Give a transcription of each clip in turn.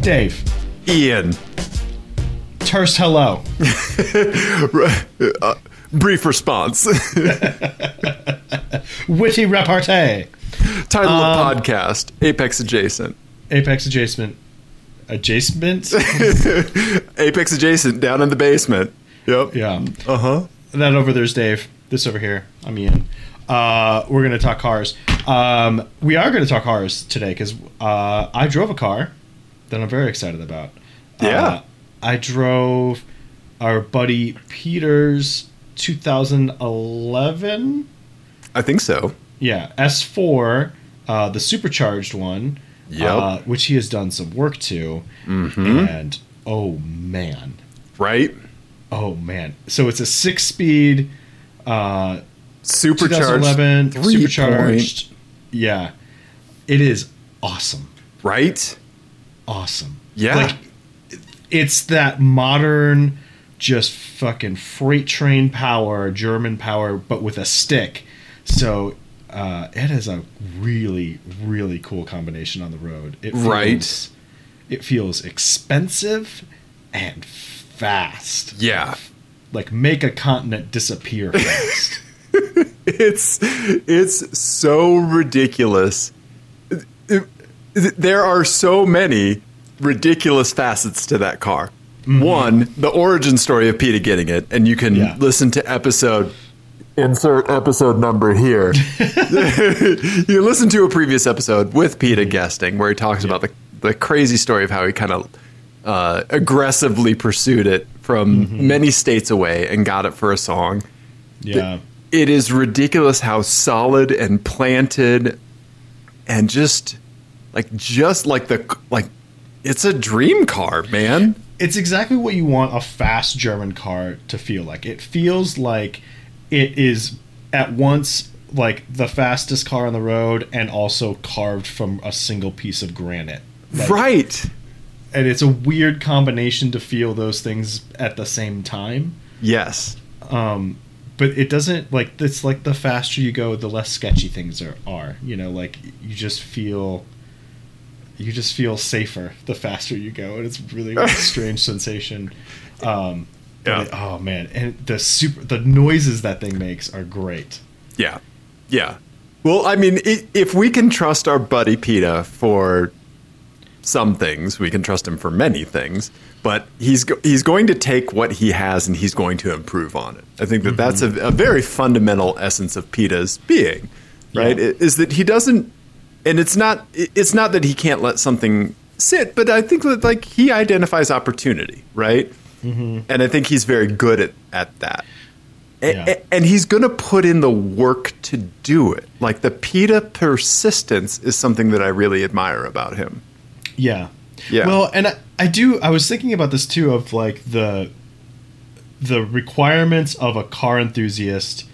Dave, Ian. terse hello. Uh, brief response. Witty repartee. Title Um, of podcast Apex Adjacent. Apex adjacent. Adjacent? Apex Adjacent down in the basement. Yep. yeah. Uh huh. That over there's Dave. This over here. I'm Ian. Uh, we're going to talk cars. Um, we are going to talk cars today because uh, I drove a car that I'm very excited about. Yeah. Uh, I drove our buddy Peter's 2011 I think so. Yeah, S4, uh, the supercharged one, Yep. Mm-hmm. uh, which he has done some work to. And oh man, Right? oh man. So it's a six speed uh, Supercharged. 2011 three supercharged. Yeah, it is awesome. point. Right? Awesome. Yeah. Like, it's that modern, just fucking freight train power, German power, but with a stick. So uh, it is a really, really cool combination on the road. It feels, Right. It feels expensive and fast. Yeah. Like make a continent disappear fast. It's it's so ridiculous. It- it- there are so many ridiculous facets to that car. One, the origin story of Peter getting it, and you can Yeah. listen to episode insert episode number here. you listen to a previous episode with Peter guesting where he talks about the the crazy story of how he kind of uh, aggressively pursued it from many states away and got it for a song yeah. it is ridiculous how solid and planted and just like just like the like it's a dream car man it's exactly what you want a fast German car to feel like. It feels like it is at once like the fastest car on the road and also carved from a single piece of granite. Like, right And it's a weird combination to feel those things at the same time. yes But it doesn't like it's like the faster you go, the less sketchy things are, are. You know, like you just feel you just feel safer the faster you go, and it's really a strange sensation. Um, yeah But it- oh man, and the super the noises that thing makes are great. yeah yeah well i mean i if we can trust our buddy peta for some things we can trust him for many things but he's go- he's going to take what he has and he's going to improve on it i think that that's a, a very fundamental essence of peta's being right Yeah. I- is that he doesn't and it's not i- it's not that he can't let something sit but i think that like he identifies opportunity right and i think he's very good at at that A- Yeah. a- and he's going to put in the work to do it like the peta persistence is something that i really admire about him Yeah. Yeah. Well, and I, I do I was thinking about this too of like the the requirements of a car enthusiast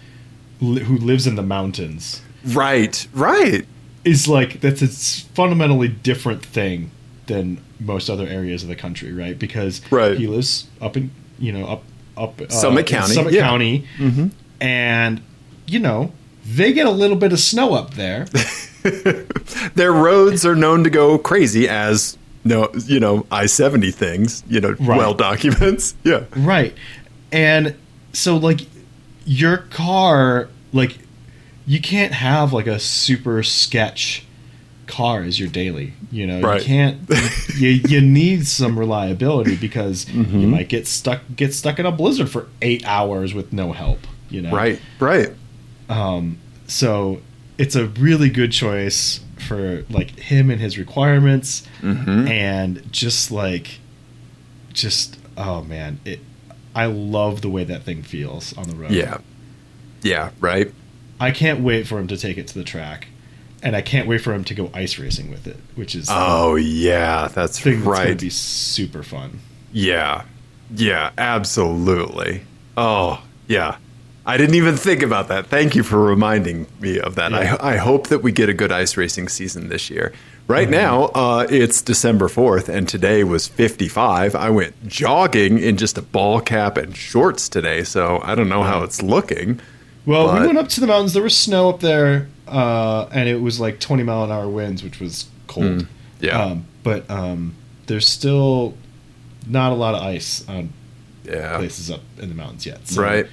li- who lives in the mountains Right, right. is like that's a s- fundamentally different thing than most other areas of the country, right? Because Right. he lives up in you know up up uh, Summit in County, Summit yeah. Mm-hmm. County, and you know they get a little bit of snow up there. Their roads are known to go crazy as no, you know, I seventy things, you know, Right. well documents. Yeah, Right. And so like your car like you can't have like a super sketch car as your daily, you know. Right. You can't you you need some reliability because Mm-hmm. you might get stuck get stuck in a blizzard for 8 hours with no help, you know. right, right. So it's a really good choice for like him and his requirements Mm-hmm. and just like just oh man, it I love the way that thing feels on the road. Yeah, yeah, right. I can't wait for him to take it to the track. And I can't wait for him to go ice racing with it, which is Oh yeah, that's the thing that's gonna right. be super fun. yeah, yeah, absolutely. Oh yeah, I didn't even think about that. Thank you for reminding me of that. Yeah. I I hope that we get a good ice racing season this year. Right Mm-hmm. now, uh, it's December 4th, and today was 55. I went jogging in just a ball cap and shorts today, so I don't know how it's looking. Well, we But- went up to the mountains. There was snow up there, Hmm. uh, and it was like 20 mile an hour winds, which was cold. yeah. Um, but um, there's still not a lot of ice on Yeah. places up in the mountains yet. Right.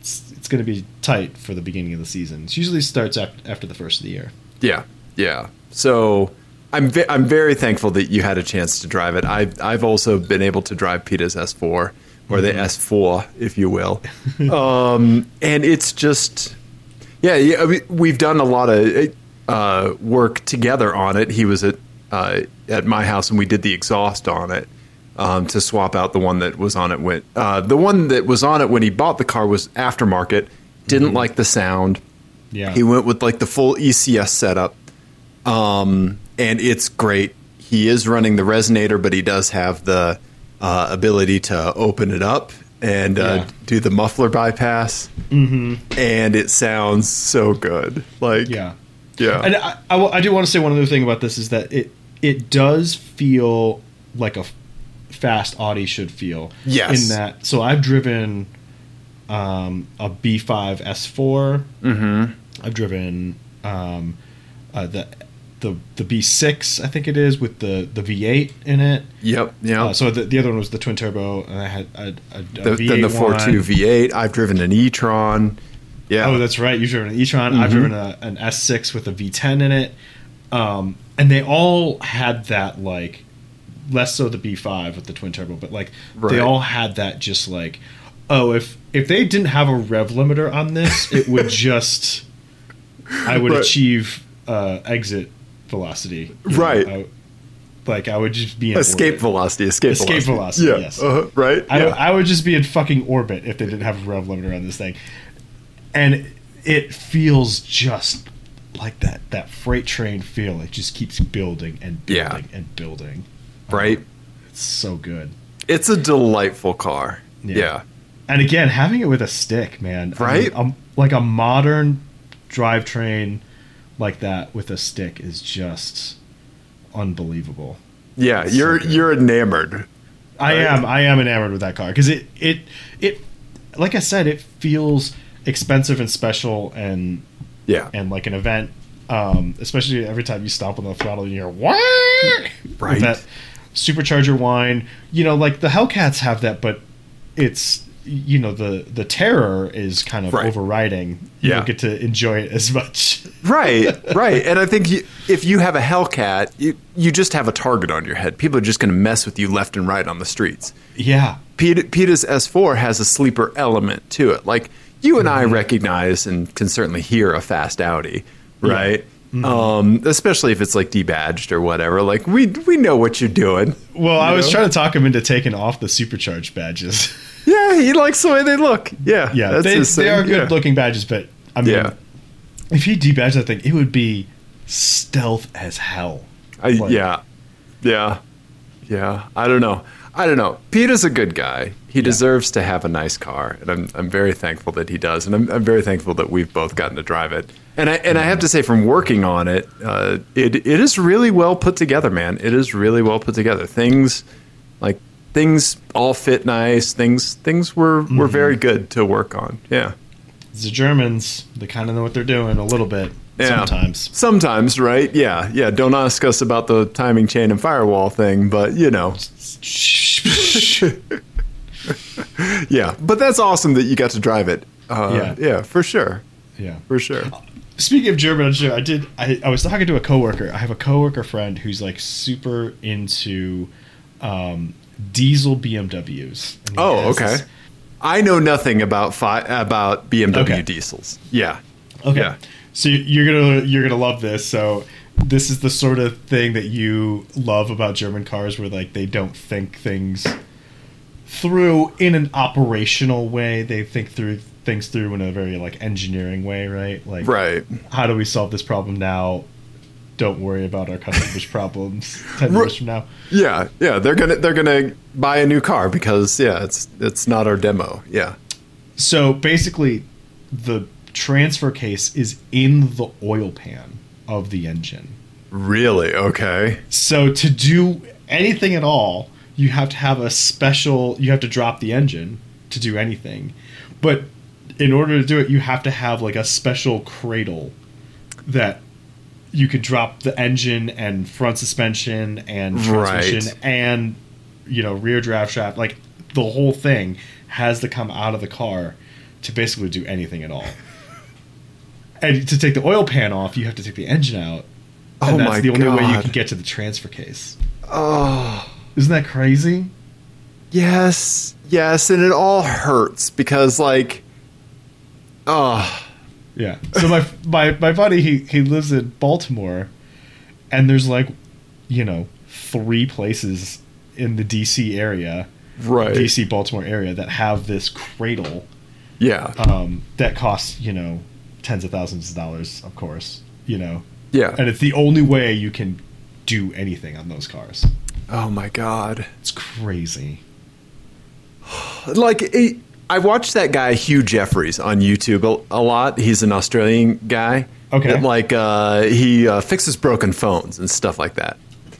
It's, it's going to be tight for the beginning of the season. It usually starts after, after the first of the year. Yeah, yeah. So I'm ve- I'm very thankful that you had a chance to drive it. I've I've also been able to drive Peta's S4 or the S4, if you will. um, and it's just, yeah, yeah. We, we've done a lot of uh, work together on it. He was at uh, at my house and we did the exhaust on it. Um, to swap out the one that was on it when uh, the one that was on it when he bought the car was aftermarket. Didn't like the sound. Yeah. He went with like the full ECS setup. Um, and it's great. He is running the resonator, but he does have the uh, ability to open it up and uh, Yeah. do the muffler bypass. Mm-hmm. And it sounds so good. Like, yeah. Yeah. And I, I, will- I do want to say one other thing about this is that it it does feel like a f- fast Audi should feel. Yes. In that, so I've driven um, a B5 S4. Mm-hmm. I've driven um, uh, the the the B6, I think it is, with the the V8 in it. Yep. Yeah. Uh, so the, the other one was the twin turbo, and I had a, a, a the, then the V8 four one. two V8. I've driven an e Tron. Yeah. Mm-hmm. Oh, that's right. You've driven an e-tron. I've driven a, an S6 with a V10 in it, um, and they all had that like less so the B5 with the twin turbo, but like Right. they all had that just like oh if if they didn't have a rev limiter on this, it would just I would Right. achieve uh, exit velocity. You know, Right. I- like I would just be in escape orbit. velocity. Escape, Escape velocity, Yeah. yes. Uh-huh, right. I, yeah. I would just be in fucking orbit if they didn't have a rev limiter on this thing. And it feels just like that that freight train feel. It just keeps building and Yeah. building and building. right. It's so good. It's a delightful car. Yeah. yeah. And again, having it with a stick, man. I mean, Right? um, like a modern drivetrain like that with a stick is just unbelievable. Yeah, So you're good. you're enamored. I Right? am. I am enamored with that car because it, it, it, like I said, it feels expensive and special and Yeah, and like an event. Um, especially every time you stomp on the throttle, and you're right. Right. That supercharger whine. You know, like the Hellcats have that, but it's you know the the terror is kind of Right. overriding. You Yeah. don't get to enjoy it as much. right, right. And I think you, if you have a Hellcat, you you just have a target on your head. People are just going to mess with you left and right on the streets. yeah. Peta, Peta's S4 has a sleeper element to it. Like you and I Mm-hmm. recognize and can certainly hear a fast Audi, right? Mm-hmm. Um, especially if it's like debadged or whatever. Like we we know what you're doing. Well, I was No. trying to talk him into taking off the supercharged badges. Yeah, he likes the way they look. Yeah, Yeah, that's they, his they thing. are Yeah. good looking badges, but I mean, Yeah. if he debadged that thing, it would be stealth as hell. I, Like- yeah, yeah, yeah. I don't know. I don't know. Pete is a good guy. He deserves to have a nice car, and I'm I'm very thankful that he does, and I'm I'm very thankful that we've both gotten to drive it. And I and I have to say, from working on it, uh, it it is really well put together, man. It is really well put together. Things like things all fit nice. Things things were were very good to work on. Yeah. The Germans, they kind of know what they're doing a little bit Yeah. sometimes. Sometimes, right? Yeah, yeah. Don't ask us about the timing chain and firewall thing, but you know, yeah. But that's awesome that you got to drive it. Uh, yeah. Yeah. for sure, yeah. for sure. Speaking of German, I did. I, I was talking to a coworker. I have a coworker friend who's like super into um, diesel BMWs. And he Oh, has okay. this- I know nothing about fi- about BMW Okay. diesels. Yeah, Okay. Yeah. So you're gonna you're gonna love this. So this is the sort of thing that you love about German cars, where like they don't think things through in an operational way. They think through things through in a very like engineering way, right? Like, right. how do we solve this problem now? Don't worry about our customers' problems ten Ru- years from now. Yeah, yeah. They're gonna they're gonna buy a new car because yeah, it's it's not our demo. Yeah. So basically, the transfer case is in the oil pan of the engine. Really? Okay. So to do anything at all, you have to have a special. You have to drop the engine to do anything, but in order to do it, you have to have like a special cradle that you could drop the engine and front suspension and transmission Right. and you know rear drive shaft like the whole thing has to come out of the car to basically do anything at all and to take the oil pan off you have to take the engine out and Oh that's my the only way you God. can get to the transfer case Oh. isn't that crazy Yes, yes, and it all hurts because like oh Yeah. So my my my buddy he he lives in Baltimore, and there's like, you know, three places in the D.C. area, right. D.C. Baltimore area that have this cradle Yeah. um, that costs you know tens of thousands of dollars, of course, you know, yeah. and it's the only way you can do anything on those cars. Oh my god. It's crazy. like it, I watched that guy Hugh Jeffries on YouTube a, a lot. He's an Australian guy. Okay. That, like uh, he uh, fixes broken phones and stuff like that.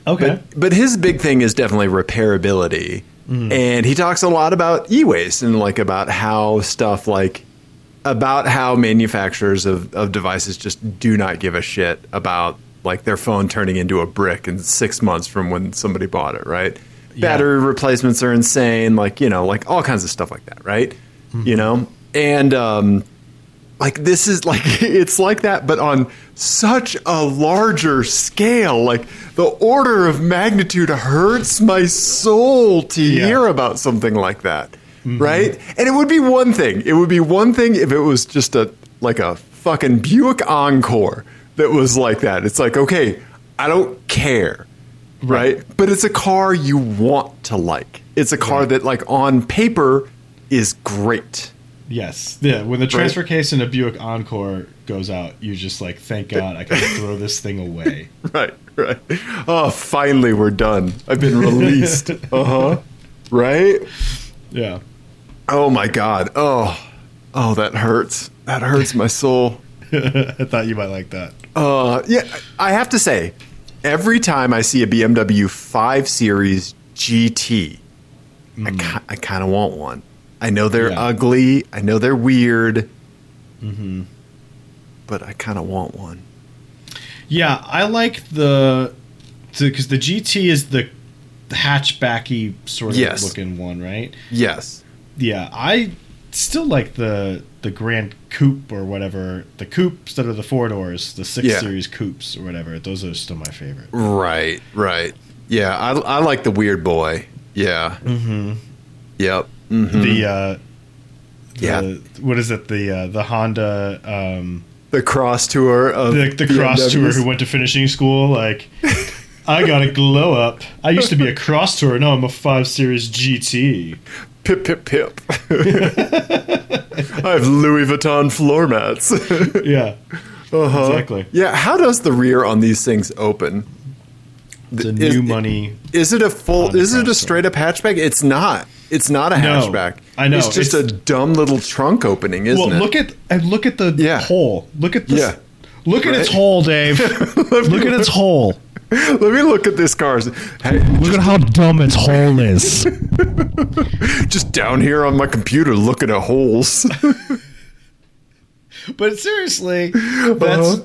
Okay. But, but his big thing is definitely repairability. And he talks a lot about e-waste and like about how stuff like about how manufacturers of, of devices just do not give a shit about like their phone turning into a brick in six months from when somebody bought it, right? Battery replacements are insane, like, you know, like all kinds of stuff like that, right? You know? And um like this is like it's like that but on such a larger scale like the order of magnitude hurts my soul to Yeah. hear about something like that right and it would be one thing it would be one thing if it was just a like a fucking Buick Encore that was like that it's like okay I don't care right but it's a car you want to like it's a car that like on paper is great Yes. Yeah. When the transfer case in a Buick Encore goes out, you're just like, thank God I can throw this thing away. Right, right. Oh, finally we're done. I've been released. uh huh. Right? Yeah. Oh my god. Oh, oh, that hurts. That hurts my soul. I thought you might like that. Uh, yeah. I have to say, every time I see a BMW 5 Series GT, I ki- I kind of want one. I know they're Yeah. ugly. I know they're weird. Mm-hmm. But I kind of want one. Yeah, I like the because the GT is the hatchbacky sort of Yes. looking one, right? Yes. Yeah, I still like the the Grand Coupe or whatever the coupes that are the four doors, the six Yeah. series coupes or whatever. Those are still my favorite. Right, right. Yeah, I, I like the weird boy. Yeah. Mm-hmm. Yep. Mm-hmm. The uh, the, Yeah. what is it? The uh, the Honda um, The cross tour of the, the cross tour BMWs. who went to finishing school like. I got a glow up. I used to be a cross tour. Now I'm a five series GT. pip pip pip. I have Louis Vuitton floor mats. uh-huh. Yeah, exactly. Yeah. How does the rear on these things open? It's a Is- new money. Is it a full? On the Is it cross a tour. straight up hatchback? It's not. It's not a No, hatchback. I know, It's just it's- a dumb little trunk opening, isn't Well, it? look at and look at the Yeah. hole. Look at this. Yeah. Look at its Right? hole, Dave. look at its hole. Let me look at this car's. Hey, Look at how dumb its hole is. just down here on my computer looking at holes. but seriously, that's Uh-huh.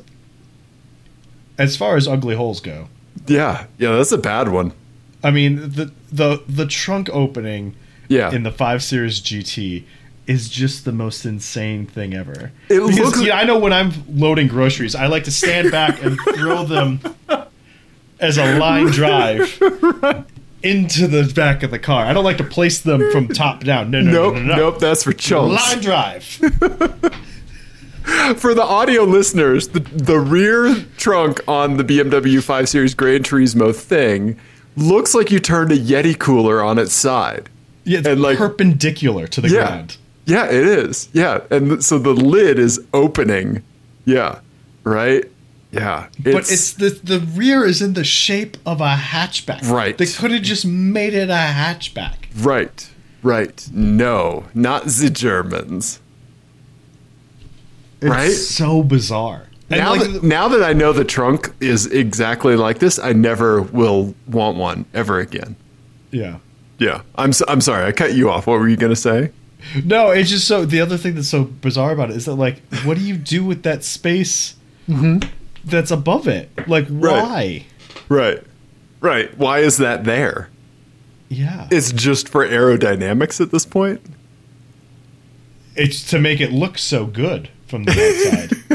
as far as ugly holes go. yeah, yeah, that's a bad one. I mean, the the the trunk opening Yeah. in the 5 Series GT is just the most insane thing ever. It looks- you know, I know when I'm loading groceries, I like to stand back and throw them as a line drive into the back of the car. I don't like to place them from top down. No, no, nope, no, no, no. nope, that's for chunks. Line drive. For the audio listeners, the, the rear trunk on the BMW 5 Series Gran Turismo thing looks like you turned a Yeti cooler on its side. Yeah, it's And, like- perpendicular to the Yeah. ground. Yeah, it is. Yeah, and th- so the lid is opening. Yeah, right? Yeah. but it's the the rear is in the shape of a hatchback. Right. They could have just made it a hatchback. right. Right. No, not the Germans. It's Right? so bizarre. And now, like, that, now that I know the trunk is exactly like this, I never will want one ever again. yeah. Yeah, I'm so, I'm sorry, I cut you off. What were you gonna say? No, it's just so. The other thing that's so bizarre about it is that, like, what do you do with that space that's above it. Like why? Mm-hmm. Right. Right. Right. Why is that there? Yeah. It's just for aerodynamics at this point? It's to make it look so good from the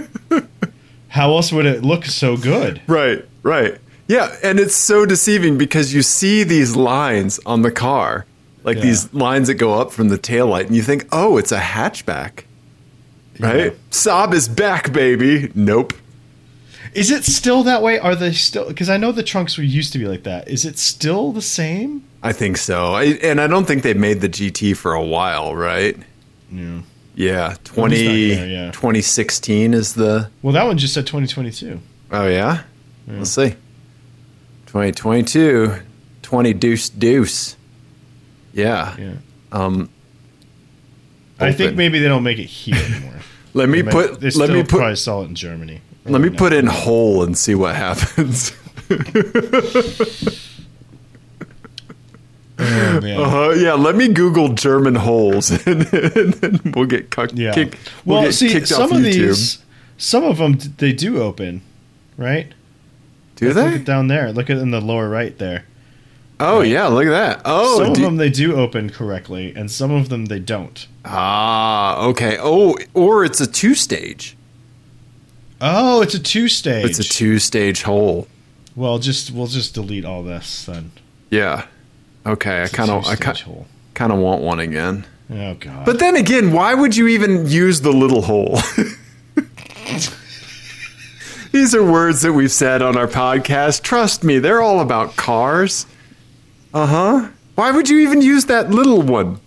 outside. How else would it look so good? Right, right. Yeah, and it's so deceiving because you see these lines on the car, like Yeah. these lines that go up from the taillight, and you think, oh, it's a hatchback. Right? Saab is back, baby. Nope. Is it still that way? Are they still? Because I know the trunks were used to be like that. Is it still the same? I think so. I, and I don't think they made the GT for a while, right? Yeah. Yeah, not 20, there, yeah. 2016 is the. Well, that one just said 2022. Oh, yeah? We'll see. 2022, 20 deuce deuce. Yeah. Yeah. Um, I think Open. maybe they don't make it here anymore. let me They might- put. They Let still me put. probably sell it in Germany. Let me No. put in hole and see what happens. Oh, man. Uh, yeah, let me Google German holes, and, then we'll get cuck, Yeah. kick, we'll well, get see, kicked some off of YouTube. these, some of them they do open, right? do Look they? at down there. Look at in the lower right there. Oh yeah, look at that. Oh, some do- of them they do open correctly, and some of them they don't. ah, okay. Oh, or it's a two-stage. Oh, it's a two stage. It's a two-stage hole. Well, just we'll just delete all this then. Yeah. Okay, I It's a kind of, I two-stage hole. kind of want one again. Oh god. But then again, why would you even use the little hole? These are words that we've said on our podcast. Trust me, they're all about cars. Uh huh. Why would you even use that little one?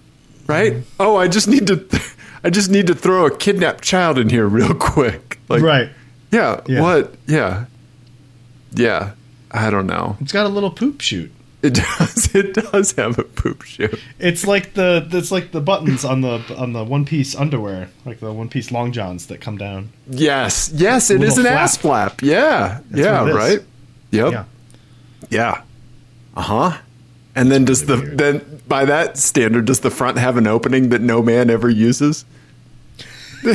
Right? Mm-hmm. Oh, I just need to. I just need to throw a kidnapped child in here real quick. Like, right. Yeah, Yeah. What? Yeah. Yeah. I don't know. It's got a little poop shoot. It does. It does have a poop shoot. It's like the it's like the buttons on the on the one piece underwear, like the one piece long johns that come down. Yes, yes, it Little is an flap. ass flap. Yeah, yeah, what it is. right. Yep. Yeah. Yeah. Uh huh. And then does the really weird. then by that standard does the front have an opening that no man ever uses?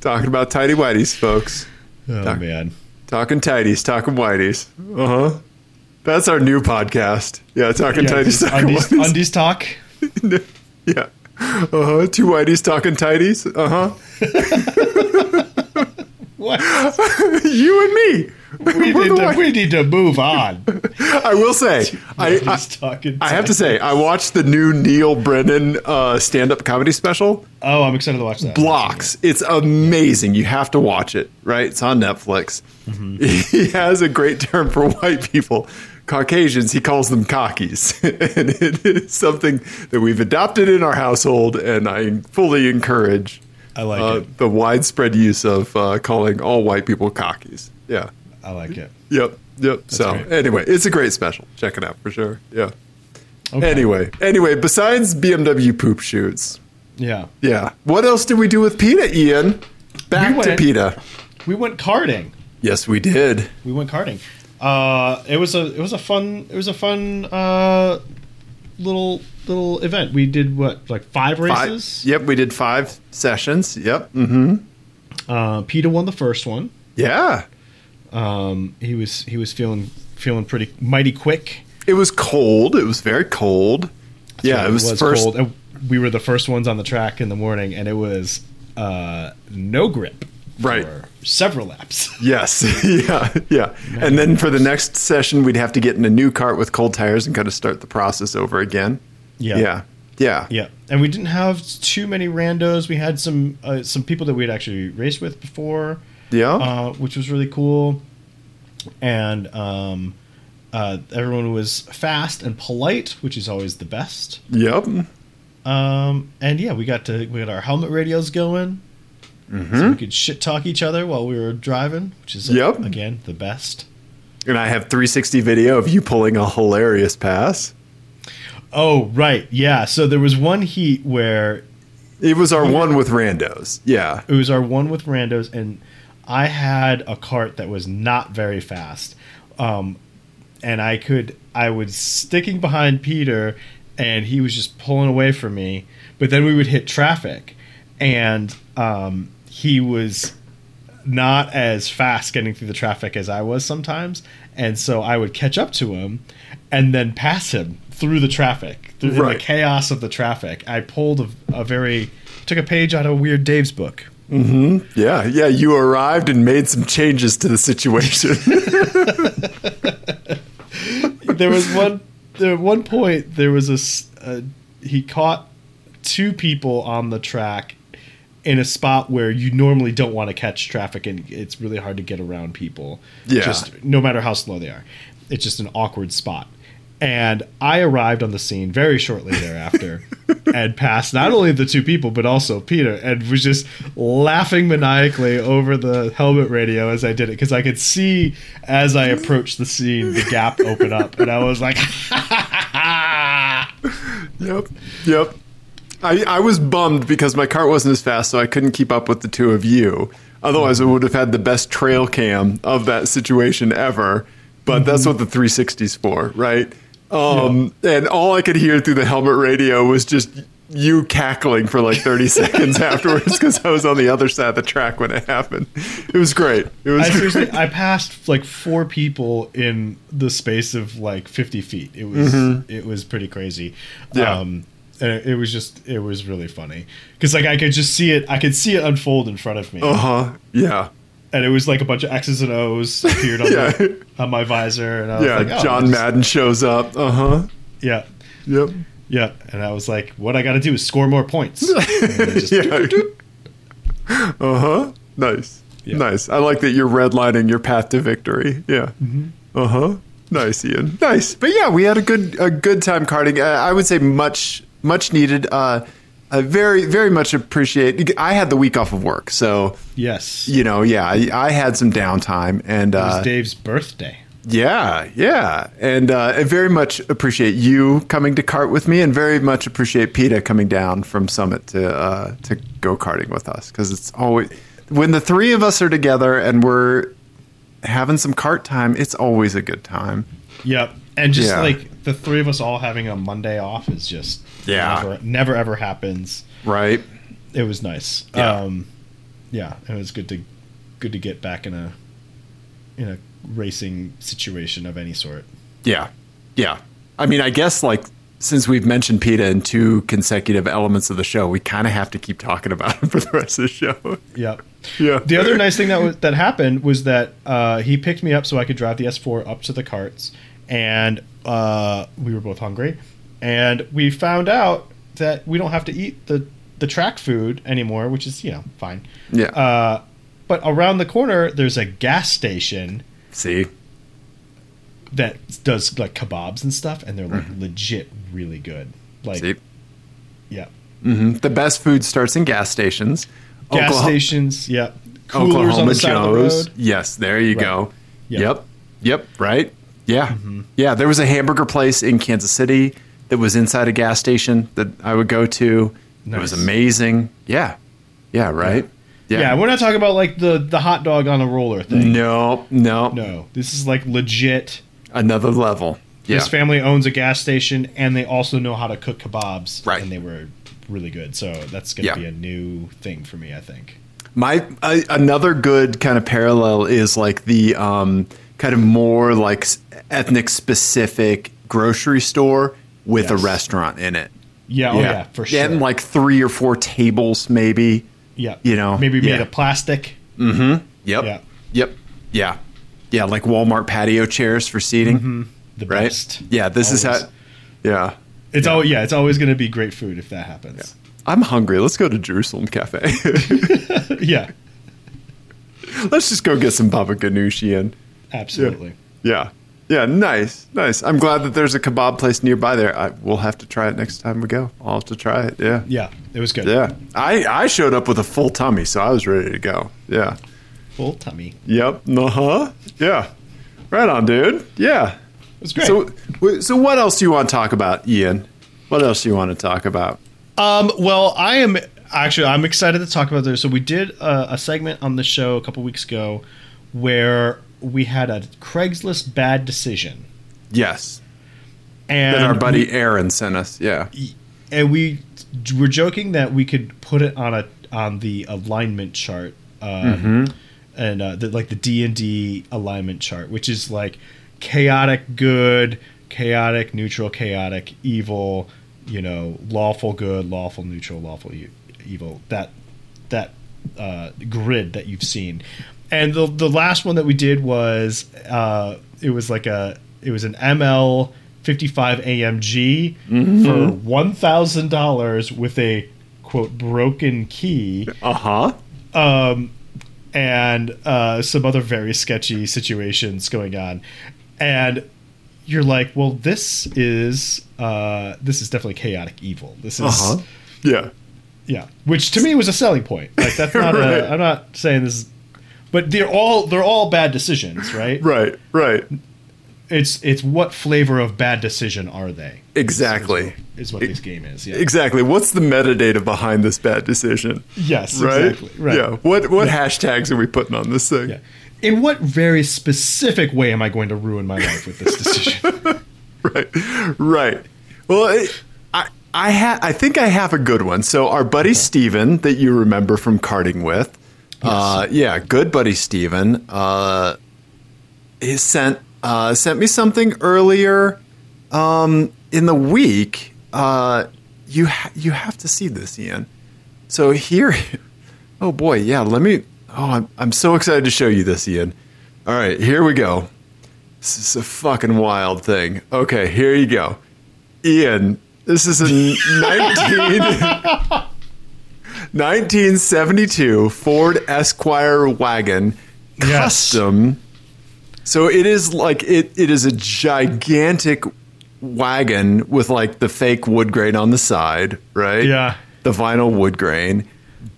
talking about tidy whities, folks. Oh Doc- man. Talking tidies, talking whities. Uh huh. That's our new podcast. Yeah, talking Yeah, tidies, just talking undies, whities. undies talk. Yeah. Uh huh. Two whiteys talking tidies. Uh huh. What? you and me. We We're need, the to, white- we need to move on. I will say, I, I, Undies talking. I have to say, I watched the new Neil Brennan uh, stand-up comedy special, Oh, I'm excited to watch that. Blocks. It's amazing. You have to watch it. Right? It's on Netflix. He has a great term for white people. Caucasians, he calls them cockies. and it is something that we've adopted in our household, and I fully encourage I like uh, it. the widespread use of uh, calling all white people cockies. Yeah. I like it. Yep. Yep. so great. anyway, it's a great special. Check it out for sure. Yeah. Okay. Anyway, anyway, besides BMW poop shoots, Yeah. yeah. What else did we do with PETA, Ian? Back We to went- PETA. We went karting. Yes, we did. we went karting. Uh, it was a it was a fun it was a fun uh, little little event. We did what like five Five- races. yep, we did five sessions. Yep. Mm-hmm. Uh, Peter won the first one. Yeah. Um, he was he was feeling feeling pretty mighty quick. It was cold. It was very cold. yeah, it was, first. cold. And we were the first ones on the track in the morning, and it was uh, no grip. Right. For several laps. Yes. yeah. Yeah. And then for the next session, we'd have to get in a new cart with cold tires and kind of start the process over again. Yeah. Yeah. Yeah. Yeah, and we didn't have too many randos. We had some uh, some people that we had actually raced with before. Yeah. uh, which was really cool. And um, uh, everyone was fast and polite, which is always the best. Yep. Um, and yeah, we got to we got our helmet radios going, so we could shit talk each other while we were driving, which is Yep. again the best. And I have 360 video of you pulling a hilarious pass. Oh right, yeah. So there was one heat where It was our one with randos. Yeah. It was our one with randos, and I had a cart that was not very fast, um, and I could I was sticking behind Peter, and he was just pulling away from me. But then we would hit traffic, and um, he was not as fast getting through the traffic as I was sometimes, and so I would catch up to him and then pass him through the traffic, through in Right. the chaos of the traffic. I pulled a, a very took a page out of Weird Dave's book. Yeah, yeah, you arrived and made some changes to the situation. there was one there at one point there was a s- uh, he caught two people on the track in a spot where you normally don't want to catch traffic and it's really hard to get around people Yeah. just no matter how slow they are it's just an awkward spot and i arrived on the scene very shortly thereafter and passed not only the two people but also peter and was just laughing maniacally over the helmet radio as i did it because i could see as i approached the scene the gap open up and i was like yep, yep. I, I was bummed because my cart wasn't as fast, so I couldn't keep up with the two of you. Otherwise, I would have had the best trail cam of that situation ever. But Mm-hmm. that's what the 360's for, right? Um, And all I could hear through the helmet radio was just you cackling for like 30 seconds afterwards because I was on the other side of the track when it happened. It was great. It was I great. seriously, I passed like four people in the space of like fifty feet. It was it was pretty crazy. Mm-hmm. Um, Yeah. and it, it was just it was really funny because like I could just see it. I could see it unfold in front of me, Uh huh. Yeah. and it was like a bunch of X's and O's appeared on, Yeah. the, on my visor, and I was Yeah. like, oh, John this- Madden shows up. Uh huh. yeah. Yep. Yeah, and I was like, "What I got to do is score more points." And it just- yeah. Uh huh. Nice. Yeah. Nice. I like that you're redlining your path to victory. Yeah. Mm-hmm. Uh huh. Nice, Ian. Nice. But yeah, we had a good a good time karting. Uh, I would say much much needed. Uh, I very very much appreciate. I had the week off of work, so Yes, you know, yeah, I, I had some downtime, and it uh, was Dave's birthday. Yeah, yeah. And uh, I very much appreciate you coming to cart with me and very much appreciate PETA coming down from Summit to uh, to go karting with us because it's always, when the three of us are together and we're having some cart time, it's always a good time. Yep. And just Yeah. like the three of us all having a Monday off is just Yeah. never, never ever happens. Right? It was nice. Yeah. Um yeah, it was good to good to get back in a in a racing situation of any sort. Yeah. Yeah. I mean, I guess like since we've mentioned PETA in two consecutive elements of the show, we kind of have to keep talking about it for the rest of the show. Yep. yeah. The other nice thing that was, that happened was that uh, he picked me up so I could drive the S4 up to the carts, and uh, we were both hungry, and we found out that we don't have to eat the the track food anymore, which is you know fine. Yeah. Uh, but around the corner, there's a gas station See? that does like kebabs and stuff, and they're like legit really good. Like, Mm-hmm. See? yeah, The best food starts in gas stations. gas Oklahoma- stations. Yeah, coolers on the side of the road. Yes, there you go. Yep. Mm-hmm. Yep. yep. Right. Yeah. Yeah. There was a hamburger place in Kansas City that was inside a gas station that I would go to. It was Nice. amazing. Yeah. Yeah. Mm. Right. Yeah. we're not talking about like the the hot dog on a roller thing. no. No. No, this is like legit. Another level. Yeah. This family owns a gas station, and they also know how to cook kebabs. Right. and they were really good. So that's going to Yeah. be a new thing for me, I think. My I, another good kind of parallel is like the um, kind of more like ethnic specific grocery store with a Yes. restaurant in it. Yeah, oh yeah, for sure. And like three or four tables, maybe. yeah, you know, maybe made yeah. of plastic. Yep. Yeah. Yep. Yeah. Yeah, like Walmart patio chairs for seating, The right? Mm-hmm. best. Yeah, this is Always. how. Yeah. It's always yeah, it's always going to be great food if that happens. I'm hungry. Let's go to Jerusalem Cafe. Yeah, Let's just go get some baba ganoush in. absolutely. Yeah. Yeah, nice, nice. I'm glad that there's a kebab place nearby there. I, we'll have to try it next time we go. I'll have to try it. Yeah, Yeah. it was good. yeah. I, I showed up with a full tummy, so I was ready to go. Yeah. full tummy. Yep. Uh huh. Yeah. Right on, dude. Yeah. It was great. So, w- so what else do you want to talk about, Ian? What else do you want to talk about? Um, well, I am actually I'm excited to talk about this. So we did a, a segment on the show a couple weeks ago where we had a Craigslist bad decision, Yes. and That our buddy Aaron sent us. Yeah. and we were joking that we could put it on a on the alignment chart, um, Mhm. and uh, the, like the D and D alignment chart, which is like chaotic good, chaotic neutral, chaotic evil, you know, lawful good, lawful neutral, lawful e- evil. That that uh, grid that you've seen, and the the last one that we did was uh, it was like a it was an ML. 55 AMG Mm-hmm. for $1,000 with a quote broken key Uh Uh-huh. huh. um, and uh, some other very sketchy situations going on, and you're like, well, this is uh, this is definitely chaotic evil. This is Uh huh. Yeah. yeah, which to me was a selling point. Like that's not Right. a, I'm not saying this, is, but they're all they're all bad decisions, right? Right. Right. It's it's what flavor of bad decision are they? Exactly. Is E what this game is. Yeah. Exactly. What's the metadata behind this bad decision? yes. Right. Exactly. Right. Yeah. What what hashtags are we putting on this thing? yeah. In what very specific way am I going to ruin my life with this decision? right, right. Well, it, I I ha- I think I have a good one. So our buddy Steven that you remember from karting with, uh, yeah, good buddy Steven, uh, he sent uh, sent me something earlier um, in the week. Uh, you ha- you have to see this, Ian. So here, oh boy, yeah. Let me. Oh, I'm I'm so excited to show you this, Ian. All right, here we go. This is a fucking wild thing. Okay, here you go. Ian, this is a 19, 1972 Ford Esquire wagon Yes. custom. So it is like it it is a gigantic wagon with like the fake wood grain on the side, right? Yeah. The vinyl wood grain,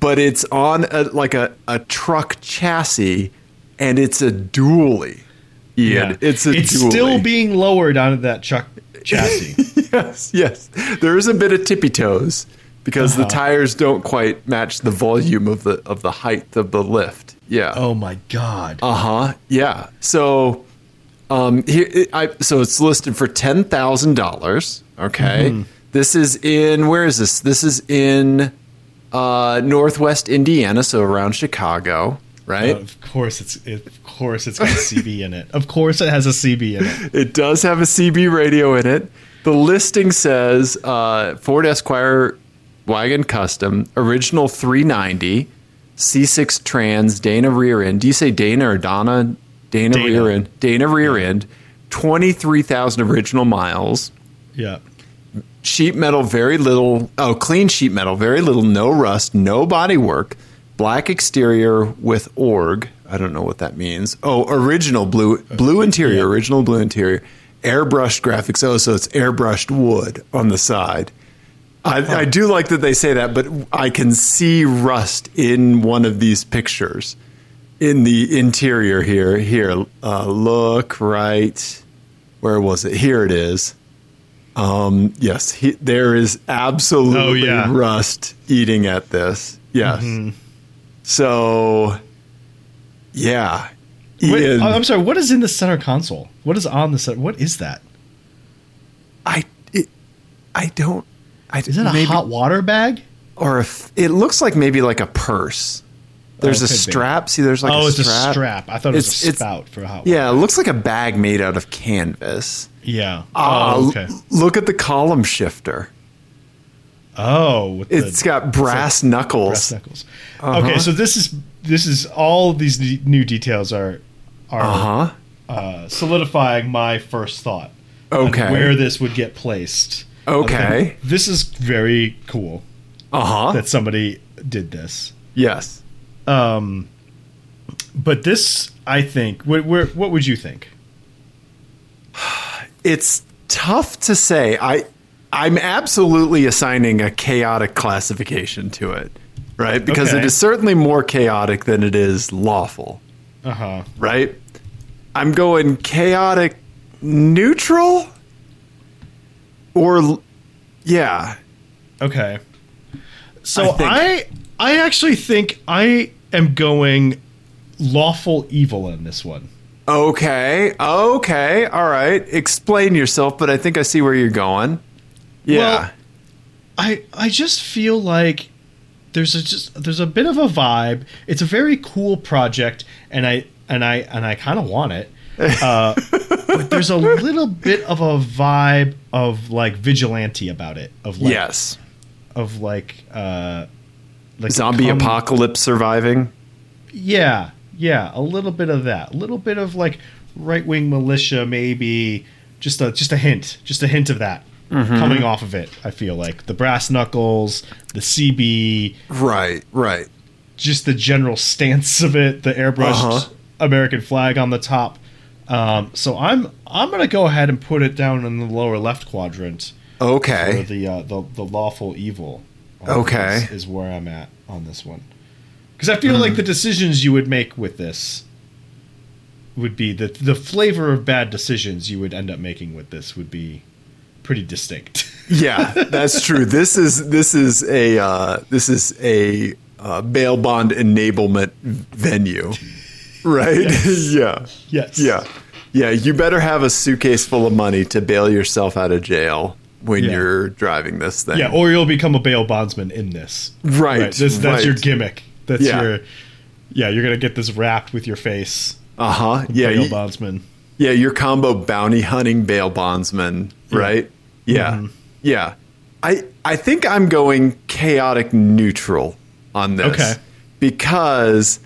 but it's on a like a, a truck chassis and it's a dually. Ian, it's a dually. still being lowered onto that truck chassis. yes, yes. There is a bit of tippy toes because Uh-huh. the tires don't quite match the volume of the of the height of the lift. Yeah. oh my god! Uh huh. Yeah. So, um, here I so it's listed for ten thousand dollars. Okay. This is in where is this? This is in uh, Northwest Indiana, so around Chicago, right? of course it's of course it's got a CB in it. Of course it has a CB in it. It does have a CB radio in it. The listing says uh, Ford Esquire wagon custom, original 390, C6 trans, Dana rear end. Do you say Dana or Donna? Dana, Dana. rear end. Dana rear end, 23,000 original miles. Yeah. Sheet metal, very little. Oh, clean sheet metal, very little. No rust, no body work. Black exterior with org. I don't know what that means. Oh, original blue, blue interior, original blue interior. Airbrushed graphics. Oh, so it's airbrushed wood on the side. I, I do like that they say that, but I can see rust in one of these pictures in the interior here. Here, uh, look right. Where was it? Here it is. Um, yes, he, there is absolutely Oh, yeah. Mm-hmm. rust eating at this. Yes. Mm. So, yeah. Wait, Ian, oh, I'm sorry. What is in the center console? What is on the center? What is that? I, it, I don't. I, Is that a maybe- hot water bag? or if it looks like maybe like a purse. There's Oh, a could be. strap. See, there's like oh, a it's strap. a strap. I thought it was It's- a it's- spout for a hot. Yeah, it looks like a bag made out of canvas. Water. Yeah. Ah, oh, okay. l- look at the column shifter. Oh, with the It's got brass knuckles. Uh-huh. brass knuckles. Okay, so this is this is all of these de- new details are are Uh huh. uh, solidifying my first thought. on Okay. Where this would get placed. Okay. Like, This is very cool Uh huh. that somebody did this. Yes. Um, but this, I think, wh- wh- what would you think? It's tough to say. I I'm absolutely assigning a chaotic classification to it, right? Because it Okay. is certainly more chaotic than it is lawful. Uh huh. right? I'm going chaotic neutral or l- yeah. Okay. So I think- I, I actually think I am going lawful evil in this one. Okay. Okay. All right. Explain yourself, but I think I see where you're going. Yeah. I I just feel like there's a just there's a bit of a vibe. It's a very cool project, and I and I and I kind of want it. Uh, but there's a little bit of a vibe of like vigilante about it. Of like, yes. Of like uh, like Zombie come- apocalypse surviving. Yeah, yeah, a little bit of that. A little bit of like right wing militia, maybe. Just a just a hint, just a hint of that coming off of it. I feel like the brass knuckles, the CB, Right, right. just the general stance of it, the airbrushed Uh-huh. American flag on the top. Um, so I'm I'm gonna go ahead and put it down in the lower left quadrant for Okay. the uh, the the lawful evil. on Okay. Mm. this is where I'm at on this one because I feel like the decisions you would make with this would be the the flavor of bad decisions you would end up making with this would be pretty distinct. yeah, that's true. This is this is a uh, this is a uh, bail bond enablement venue, right? yeah, yes. yeah, yeah. You better have a suitcase full of money to bail yourself out of jail when Yeah. you're driving this thing. Yeah, or you'll become a bail bondsman in this. Right, This, that's right. your gimmick. That's Yeah. your. Yeah, you're gonna get this wrapped with your face. uh huh. Yeah, bail you- bondsman. Yeah, your combo bounty hunting bail bondsman, right? Yeah. Yeah. I I think I'm going chaotic neutral on this. Okay. Because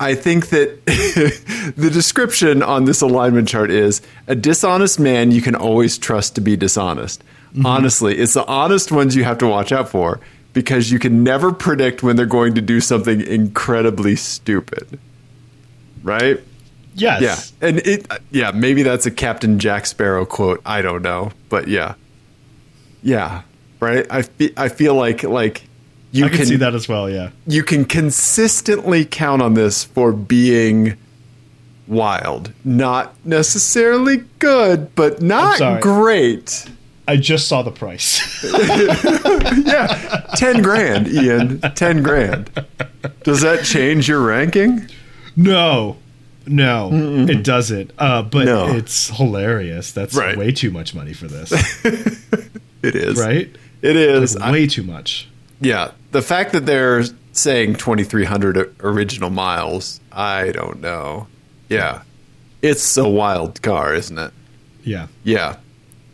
I think that the description on this alignment chart is a dishonest man you can always trust to be dishonest. Honestly, it's the honest ones you have to watch out for because you can never predict when they're going to do something incredibly stupid. Right? Yes. Yeah, and it yeah maybe that's a Captain Jack Sparrow quote. I don't know, but yeah, yeah, right. I fe- I feel like like you I can, see that as well. Yeah. you can consistently count on this for being wild, not necessarily good, but sorry. not great. I just saw the price. Yeah, ten grand, Ian. Ten grand. Does that change your ranking? no. No, it doesn't. Uh, but No. it's hilarious. That's Right. way too much money for this, It is right? It is. I- way too much. Yeah, the fact that they're saying 2300 original miles, I don't know. Yeah. It's a wild car, isn't it? Yeah. Yeah.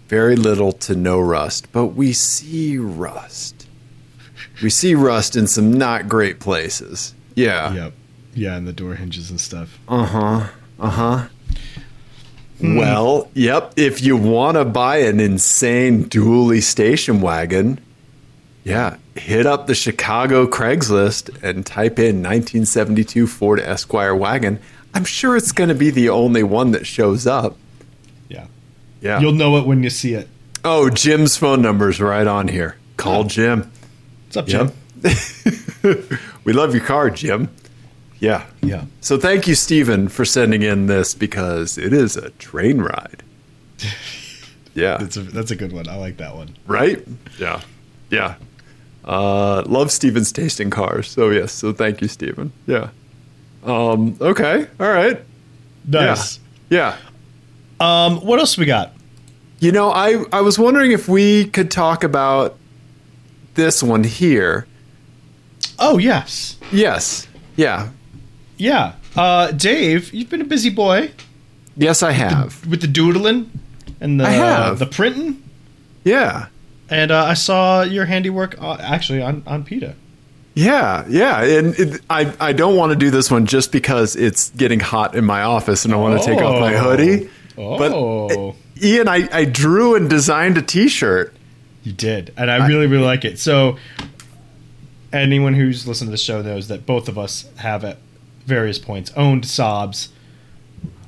Very little to no rust, but we see rust. We see rust in some not great places. Yeah. Yep. Yeah, and the door hinges and stuff. Uh-huh. Well, yep, if you want to buy an insane dually station wagon, yeah, hit up the Chicago Craigslist and type in 1972 Ford Esquire wagon. I'm sure it's going to be the only one that shows up. Yeah. Yeah. You'll know it when you see it. oh, Jim's phone number is right on here. Call Jim. What's up, Jim? Yep. we love your car, Jim. Yeah. Yeah. So thank you, Stephen, for sending in this because it is a train ride. Yeah. That's a, that's a good one. I like that one. right? Yeah, yeah. Uh, love Steven's taste in cars. So yes, so thank you, Steven. Yeah. Um, okay. All right. Nice. Yeah. Yeah. Um, what else we got? You know, I I was wondering if we could talk about this one here. Oh yes, Yes. Yeah. yeah. Uh, Dave, you've been a busy boy Yes, I have. with the doodling and the I have. the printing, Yeah. and uh, I saw your handiwork uh, actually on on Peta. Yeah, yeah, and it, I I don't want to do this one just because it's getting hot in my office and I want to take off my Oh. hoodie. Oh. But Ian, I, I drew and designed a T-shirt. You did, and I really really like it. So, anyone who's listened to the show knows that both of us have at various points owned sobs,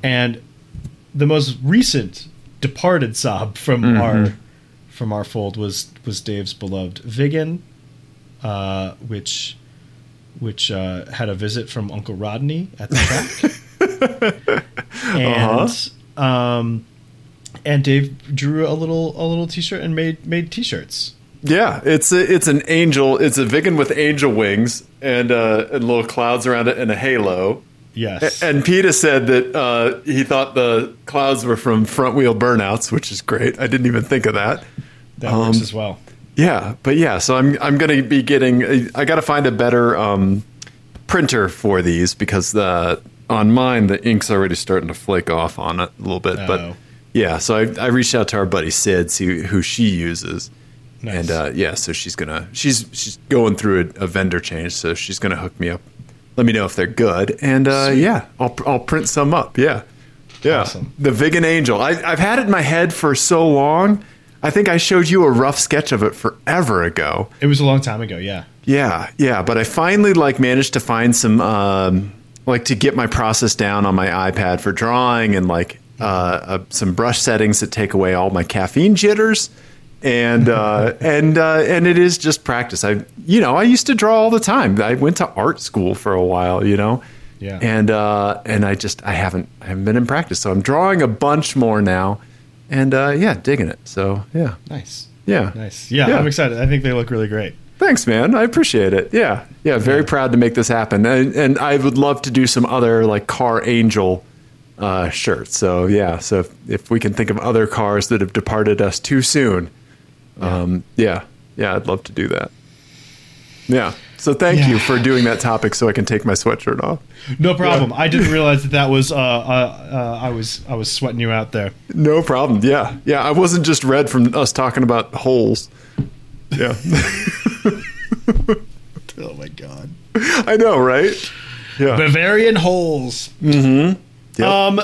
and the most recent departed sob from our from our fold was was Dave's beloved Vigan, uh, which which uh, had a visit from Uncle Rodney at the track, and um, and Dave drew a little a little T-shirt and made made T-shirts. Yeah, it's a, it's an angel. It's a Vigan with angel wings and uh, and little clouds around it and a halo. Yes, And Peta said that uh, he thought the clouds were from front wheel burnouts, which is great. I didn't even think of that. that works as well. Yeah, but yeah, so I'm I'm gonna be getting. I gotta find a better um, printer for these because the on mine the ink's already starting to flake off on it a little bit. But Oh. yeah, so I, I reached out to our buddy Sid, see who she uses, Nice. and uh, yeah, so she's gonna she's she's going through a, a vendor change, so she's gonna hook me up, let me know if they're good, and uh, yeah, I'll I'll print some up. Yeah, yeah, Awesome. the Vegan Angel. I, I've had it in my head for so long. I think I showed you a rough sketch of it forever ago. It was a long time ago. Yeah. Yeah, yeah, but I finally like managed to find some um, like to get my process down on my iPad for drawing and like uh, uh, some brush settings that take away all my caffeine jitters, and uh, and uh, and it is just practice. I you know I used to draw all the time. I went to art school for a while, you know, Yeah. and uh, and I just I haven't I haven't been in practice, so I'm drawing a bunch more now, and uh, yeah, digging it. So yeah, Nice. yeah, Nice. Yeah, I'm excited. I think they look really great. Thanks, man. I appreciate it. Yeah, yeah. Very proud to make this happen, and, and I would love to do some other like car angel uh, shirts. So yeah, so if, if we can think of other cars that have departed us too soon, um, yeah, yeah, I'd love to do that. Yeah. So thank Yeah. you for doing that topic, so I can take my sweatshirt off. No problem. I didn't realize that that was uh, uh, uh, I was I was sweating you out there. No problem. Yeah, yeah. I wasn't just red from us talking about holes. Yeah, Oh my god. I know, right? Yeah. Bavarian holes. Mm-hmm. Yep. Um.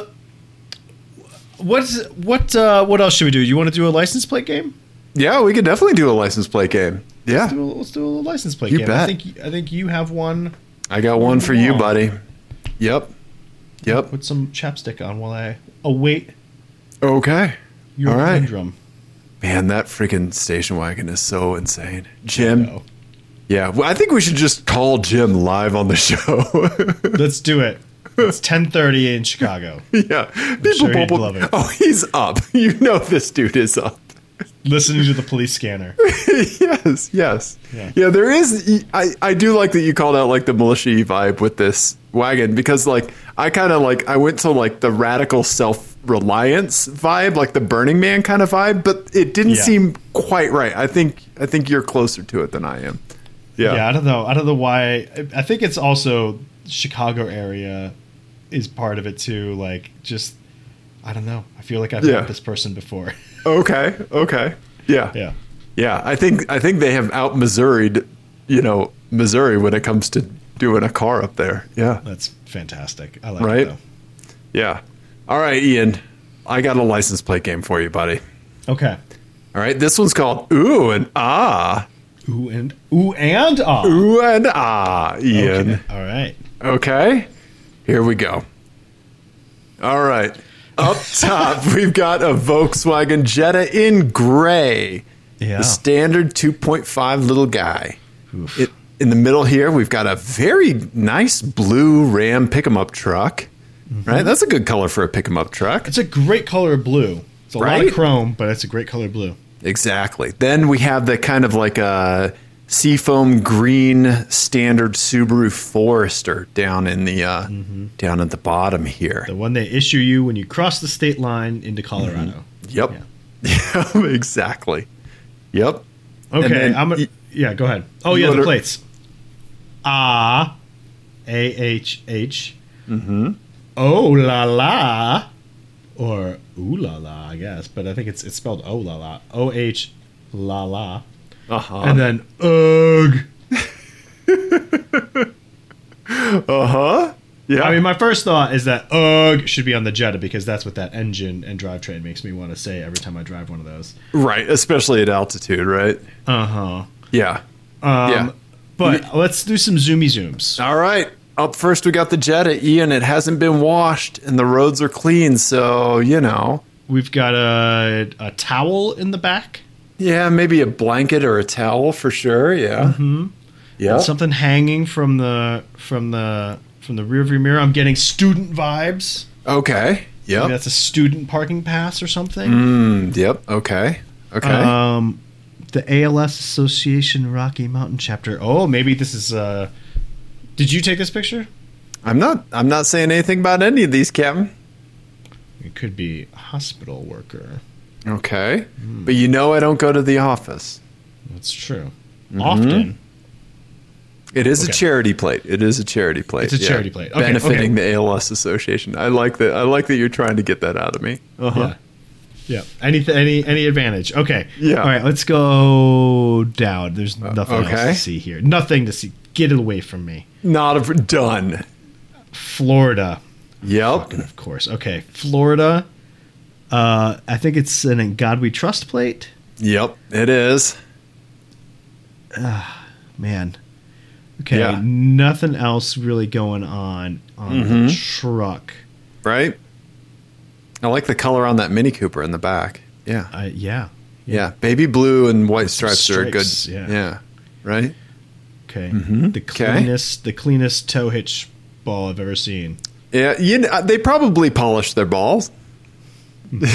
What's what? Uh, what else should we do? You want to do a license plate game? Yeah, we could definitely do a license plate game. Yeah. Let's do a, let's do a little license plate You game. I bet. think I think you have one. I got one for you, Wow. buddy. Yep. Yep. Put some chapstick on while I await Okay. your All right. conundrum. Man, that freaking station wagon is so insane. No. Jim. Yeah. Well, I think we should just call Jim live on the show. Let's do it. It's 10:30 in Chicago. yeah. People sure he'd love it. Oh, he's up. You know this dude is up. Listening to the police scanner. yes, yes. Yeah. Yeah. there is I, I do like that you called out like the militia vibe with this wagon because like I kinda like I went to like the radical self reliance vibe, like the Burning Man kind of vibe, but it didn't Yeah. seem quite right. I think I think you're closer to it than I am. Yeah. Yeah, I don't know. I don't know why. I- I think it's also Chicago area is part of it too. Like, just I don't know. I feel like I've Yeah. met this person before. Okay. Okay. Yeah. yeah, Yeah. I think I think they have out Missouried, you know, Missouri when it comes to doing a car up there. Yeah. that's fantastic. I like Right? it Yeah. All right, Ian. I got a license plate game for you, buddy. though. Okay. All right, this one's called Ooh and Ah. Ooh and ooh and ah. Ooh and Ah, Ian. Okay. All right. Okay. Here we go. All right. Up top, we've got a Volkswagen Jetta in gray. Yeah. The standard 2.5 little guy. It, in the middle here, we've got a very nice blue Ram pick 'em up truck. Right? That's a good color for a pick 'em up truck. It's a great color of blue. It's a lot Right? of chrome, but it's a great color of blue. Exactly. Then we have the kind of like a seafoam green standard Subaru Forester down in the uh, down at the bottom here. The one they issue you when you cross the state line into Colorado. Yep. Yeah, exactly. Yep. Okay, then I'm. A, y- yeah, go ahead. Oh you yeah, the order- plates. Ah, A H H. Mm-hmm. Oh la la, or ooh la la, I guess. But I think it's it's spelled oh la la. O H la la, Uh-huh. and then ugh. Uh-huh. Yeah. I mean, my first thought is that ugh should be on the Jetta because that's what that engine and drivetrain makes me want to say every time I drive one of those. right, especially at altitude, right? Uh huh. Yeah. Um, yeah. Uh. But let's do some zoomy zooms. All right. Up first, we got the Jetta, Ian. It hasn't been washed, and the roads are clean, so you know. We've got a a towel in the back. Yeah, maybe a blanket or a towel for sure. Yeah. Mm-hmm. Yeah. something hanging from the from the from the rearview mirror. I'm getting student vibes. Okay. Maybe Yep. that's a student parking pass or something. Mm, yep. Okay. Okay. Um, the ALS Association Rocky Mountain chapter. Oh, maybe this is. Uh, did you take this picture? I'm not. I'm not saying anything about any of these, Captain. It could be a hospital worker. Hmm. Okay. But you know, I don't go to the office. That's true. Mm-hmm. Often. It is Okay. a charity plate. It is a charity plate. It's a charity plate. Okay, benefiting the ALS Association. I like that. I like that you're trying to get that out of me. Uh-huh. Yeah. Any any any advantage. Okay. Yeah. Uh, All right, let's go down. There's nothing else okay. to see here. Nothing to see. Get it away from me. Not a, done. Florida. Yep. Of course. Okay. Florida. Uh, I think it's an In God We Trust plate. Yep. It is. Man. Okay. Yeah. Nothing else really going on on Mm-hmm. the truck. Right. I like the color on that Mini Cooper in the back. Yeah. Uh, yeah. Yeah. Baby blue and white stripes, are a good. stripes, yeah. yeah. Right. Okay. The 'Kay. cleanest the cleanest tow hitch ball I've ever seen. Yeah, you know, they probably polish their balls. now,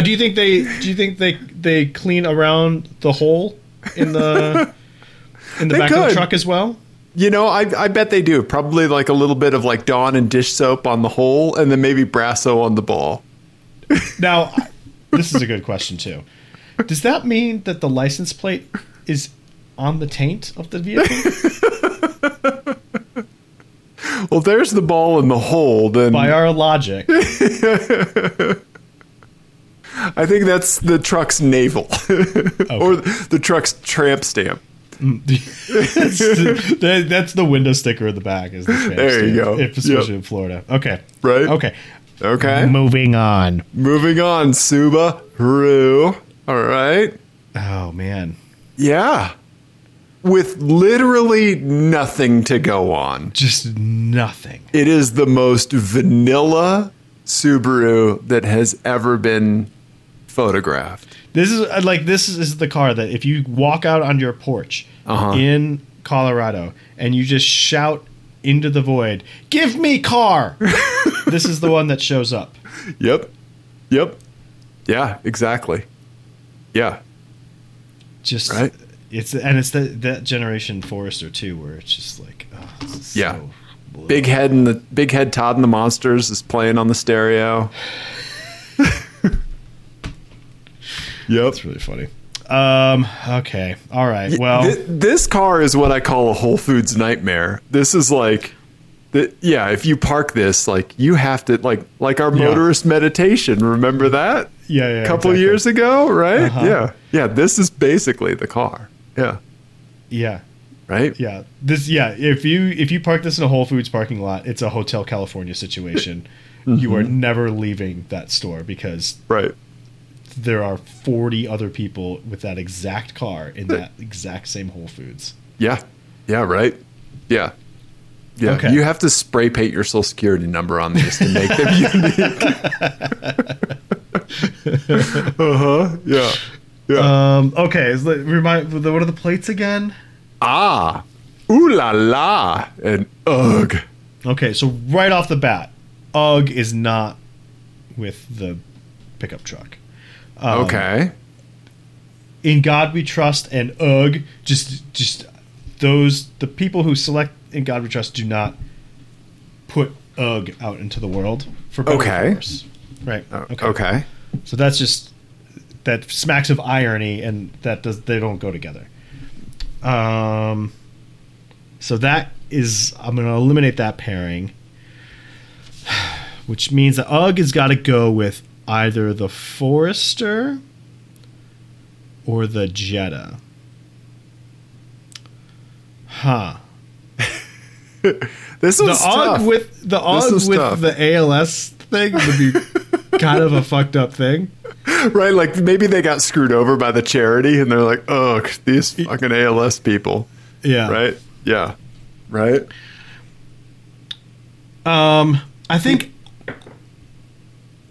do you think they do you think they they clean around the hole in the in the They back of could. the truck as well? You know, I, I bet they do. Probably like a little bit of like Dawn and dish soap on the hole, and then maybe Brasso on the ball. Now, I- this is a good question too. Does that mean that the license plate is on the taint of the vehicle? Well, there's the ball in the hole. Then By our logic, I think that's the truck's navel or the truck's tramp stamp. that's the, that- that's the window sticker in the back. Is the tramp There you stamp, go. if- especially Yep. in Florida. Okay. Right. Okay. Okay. Moving on. Moving on, Suba Roo. All right. Oh man, Yeah. With literally nothing to go on. just nothing. It is the most vanilla Subaru that has ever been photographed. This is uh, like this is, is the car that if you walk out on your porch Uh-huh. in Colorado and you just shout into the void, "Give me car!" this is the one that shows up. Yep. Yep. Yeah, exactly. Yeah. Just Right. it's and it's that that generation Forester too, where it's just like oh, this is Yeah. so blue. Big head and the big head Todd and the Monsters is playing on the stereo. yep. It's really funny. Um. Okay. All right. Well. Th- this car is what I call a Whole Foods nightmare. This is like, th- yeah, if you park this, like you have to like like our Yeah. motorist meditation. Remember that? Yeah, yeah, couple exactly. years ago, right? Uh-huh. Yeah, yeah. This is basically the car. Yeah, yeah. right. Yeah. This yeah, if you if you park this in a Whole Foods parking lot, it's a Hotel California situation. You are never leaving that store because Right. there are 40 other people with that exact car in that exact same Whole Foods. Yeah. Yeah. Right. Yeah. Yeah. Okay. You have to spray paint your social security number on these to make them unique. uh huh. Yeah. Yeah. Um okay, is the, remind what are the plates again? ah, ooh la la, and ugh. Um, Okay, so right off the bat, UGG is not with the pickup truck. Um, Okay. in God We Trust and UGG, just just those the people who select in God We Trust do not put UGG out into the world for better or Okay. Uh, worse. Right. okay. Okay. So that's just that smacks of irony, and that does they don't go together. Um, so that is I'm going to eliminate that pairing, which means that UGG has got to go with either the Forester or the Jetta. Huh. This The is tough. UGG with the is UGG with tough. the ALS thing would be kind of a fucked up thing. right, like maybe they got screwed over by the charity, and they're like, "Ugh, these fucking ALS people." Yeah. Right? Yeah. Right. Um, I think.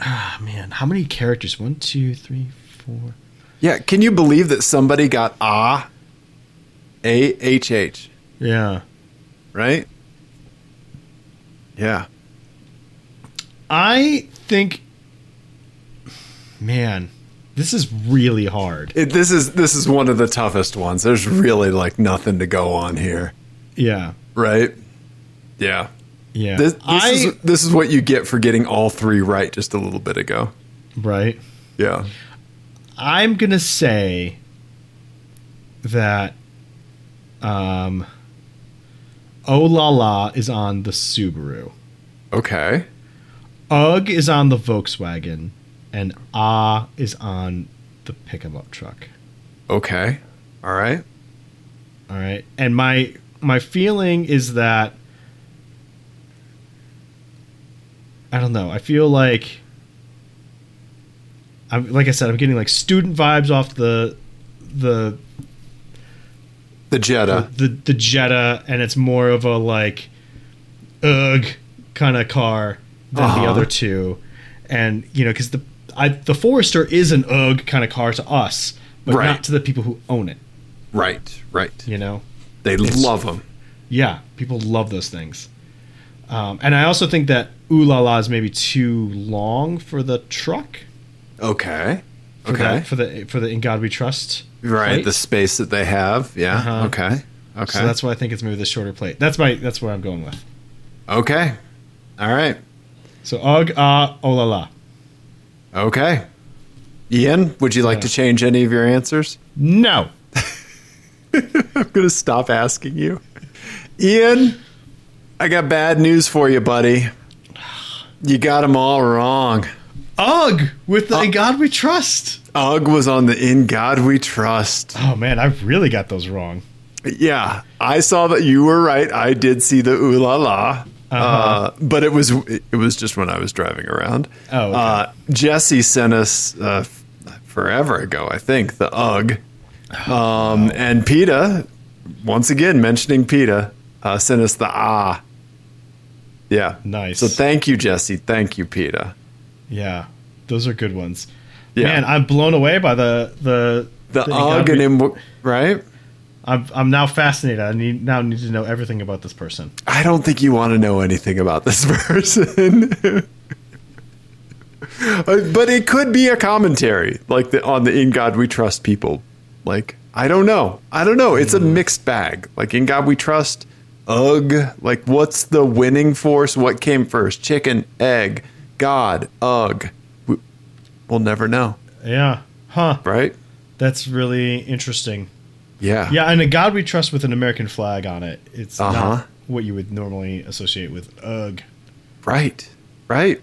Ah, man, how many characters? One, two, three, four. Yeah. Can you believe that somebody got ah, a h h? Yeah, Right. Yeah. I think. Man, this is really hard. It, this is this is one of the toughest ones. There's really like nothing to go on here. Yeah, Right. Yeah. yeah. This, this, I is, this is what you get for getting all three right just a little bit ago. right. Yeah. I'm gonna say that um, Oh La La is on the Subaru. Okay. Ugg is on the Volkswagen, and Ah is on the pickup up truck. Okay. All right. All right, and my my feeling is that I don't know. I feel like I'm like I said, I'm getting like student vibes off the the The Jetta. the the Jetta, and it's more of a like ugh kind of car than Uh-huh. the other two, and you know because the I, the Forester is an ugh kind of car to us, but Right. not to the people who own it. Right. Right. You know, They It's- love them. yeah, people love those things. Um, and I also think that Ooh La La is maybe too long for the truck Okay. for Okay. that, for the for the In God We Trust. Right. plate. The space that they have. Yeah. Uh-huh. Okay. Okay. So that's why I think it's maybe the shorter plate. That's my that's what I'm going with. okay. All right. So ugh ah oh la la. Okay. Ian, would you like Yeah. to change any of your answers? No. I'm going to stop asking you. Ian, I got bad news for you, buddy. You got them all wrong. Ugh with Uh, the In God We Trust. Ugg was on the In God We Trust. Oh man, I really got those wrong. Yeah, I saw that you were right. I did see the ooh la la, Uh-huh. uh, but it was it was just when I was driving around. Oh, okay. uh, Jesse sent us uh, f- forever ago, I think, the UG, Oh. um, and Peta. Once again, mentioning Peta, uh, sent us the ah. Yeah, Nice. So thank you, Jesse. Thank you, Peta. Yeah, those are good ones. Yeah. Man, I'm blown away by the the The In God UG We- and Im- right. I'm I'm now fascinated. I need now need to know everything about this person. I don't think you want to know anything about this person. Uh, but it could be a commentary, like the, on the "In God We Trust" people. Like I don't know, I don't know. It's a mixed bag. Like "In God We Trust," ugh. Like what's the winning force? What came first? Chicken, egg, God, ugh. We, we'll never know, Yeah. Huh. right? That's really interesting. Yeah. Yeah, and a God we trust with an American flag on it. It's Uh-huh. not what you would normally associate with UGG. Right. Right.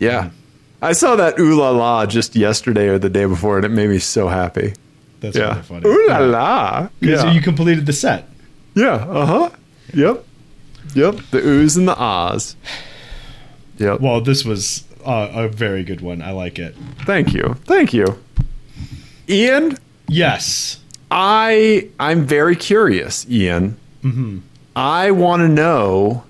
Yeah. Mm-hmm. I saw that ooh la la just yesterday or the day before, and it made me so happy. That's Yeah. really funny. Ooh la la. Yeah. So Yeah. you completed the set. yeah. Uh huh. Yep. Yep. The oohs and the ahs. Yep. Well, this was uh, a very good one. I like it. Thank you. Thank you. Ian, Yes. I I'm very curious, Ian. Mm-hmm. I want to know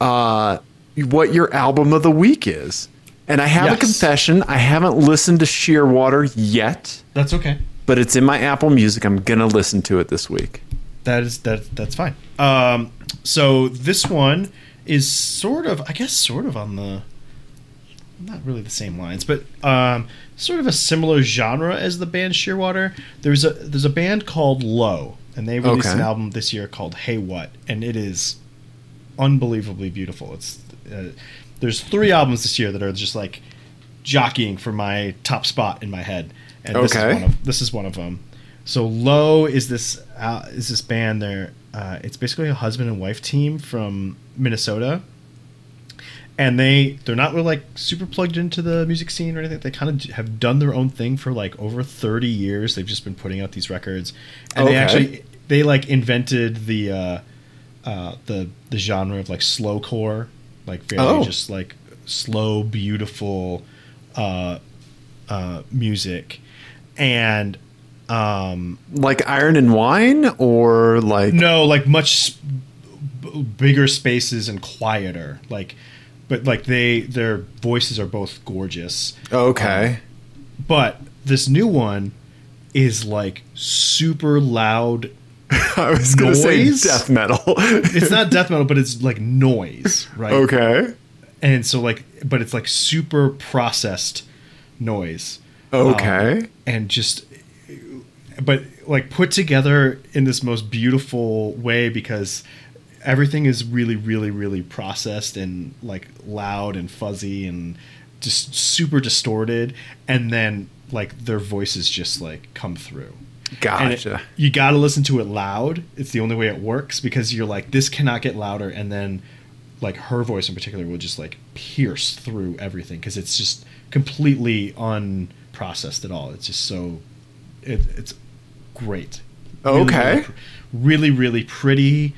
uh, what your album of the week is, and I have a Yes. confession. I haven't listened to Shearwater yet, That's okay. but it's in my Apple Music. I'm gonna listen to it this week. That is that that's fine. Um so this one is sort of I guess sort of on the not really the same lines, but um sort of a similar genre as the band Shearwater. There's a there's a band called Low and they released Okay. an album this year called Hey What and it is unbelievably beautiful. It's uh, there's three albums this year that are just like jockeying for my top spot in my head, and this Okay. is one of this is one of them. So Low is this uh, is this band? There, uh, it's basically a husband and wife team from Minnesota, and they they're not really like super plugged into the music scene or anything. They kind of have done their own thing for like over thirty years. They've just been putting out these records, and Okay. they actually they like invented the. Uh, uh, the the genre of like slowcore, like very Oh. just like slow, beautiful uh, uh, music, and um, Like Iron and Wine, or like no, like much s- b- bigger spaces and quieter, like. But like they, their voices are both gorgeous. okay, But this new one is like super loud. I was gonna Noise? say death metal. It's not death metal, but it's like noise, right? okay, and so like but it's like super processed noise Um, okay, and just but like put together in this most beautiful way because everything is really really really processed and like loud and fuzzy and just super distorted and then like their voices just like come through And it- Gotcha. you got to listen to it loud. It's the only way it works because you're like, this cannot get louder. And then, like, her voice in particular will just like pierce through everything because it's just completely unprocessed at all. It's just so, it, it's great. Really, Okay. Really, pr- really, really pretty